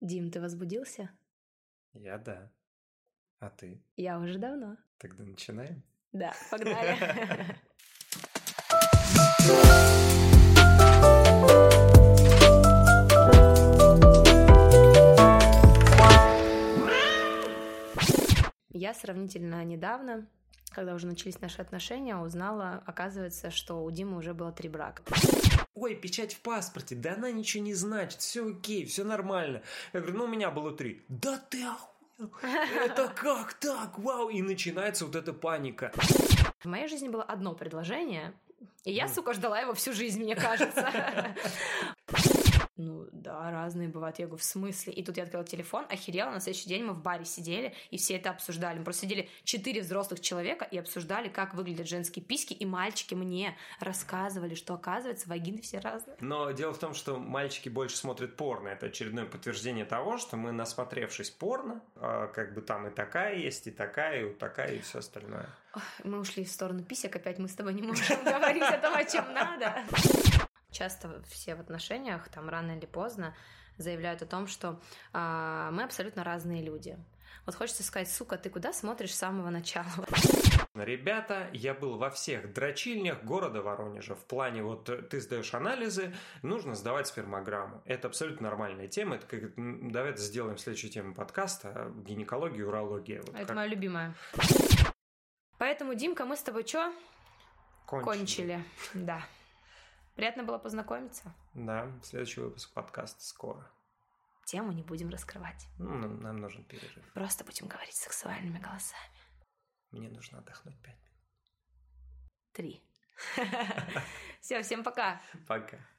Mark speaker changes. Speaker 1: Дим, ты возбудился?
Speaker 2: Я да. А ты?
Speaker 1: Я уже давно.
Speaker 2: Тогда начинаем?
Speaker 1: Да, погнали. Я сравнительно недавно, когда уже начались наши отношения, узнала, оказывается, что у Димы уже было три брака.
Speaker 2: Ой, печать в паспорте, да она ничего не значит, все окей, все нормально. Я говорю, ну у меня было три. Да ты охуел, это как так, вау, и начинается вот эта паника.
Speaker 1: В моей жизни было одно предложение, и я, сука, ждала его всю жизнь, мне кажется. Ну да, разные бывают. Я говорю, в смысле? И тут я открыла телефон, охерела. На следующий день мы в баре сидели и все это обсуждали. Мы просто сидели четыре взрослых человека и обсуждали, как выглядят женские письки. И мальчики мне рассказывали, что оказывается вагины все разные.
Speaker 2: Но дело в том, что мальчики больше смотрят порно. Это очередное подтверждение того, что мы, насмотревшись порно, э, как бы там и такая есть, и такая, и вот такая, и все остальное.
Speaker 1: Ох, Мы ушли в сторону писек, опять мы с тобой не можем говорить о том, о чем надо. Часто все в отношениях, там рано или поздно, заявляют о том, что а, мы абсолютно разные люди. Вот хочется сказать, сука, ты куда смотришь с самого начала?
Speaker 2: Ребята, я был во всех дрочильнях города Воронежа. В плане вот э, ты сдаешь анализы, нужно сдавать спермограмму. Это абсолютно нормальная тема. Это как м, давайте сделаем следующую тему подкаста э, гинекология и урология. Вот
Speaker 1: Это
Speaker 2: как
Speaker 1: моя любимая. Поэтому, Димка, мы с тобой чё? Кончили. Да. Приятно было познакомиться.
Speaker 2: Да, следующий выпуск подкаста скоро.
Speaker 1: Тему не будем раскрывать.
Speaker 2: Ну, нам, нам нужен перерыв.
Speaker 1: Просто будем говорить сексуальными голосами.
Speaker 2: Мне нужно отдохнуть пять
Speaker 1: Три. Все, всем пока.
Speaker 2: минут. Пока.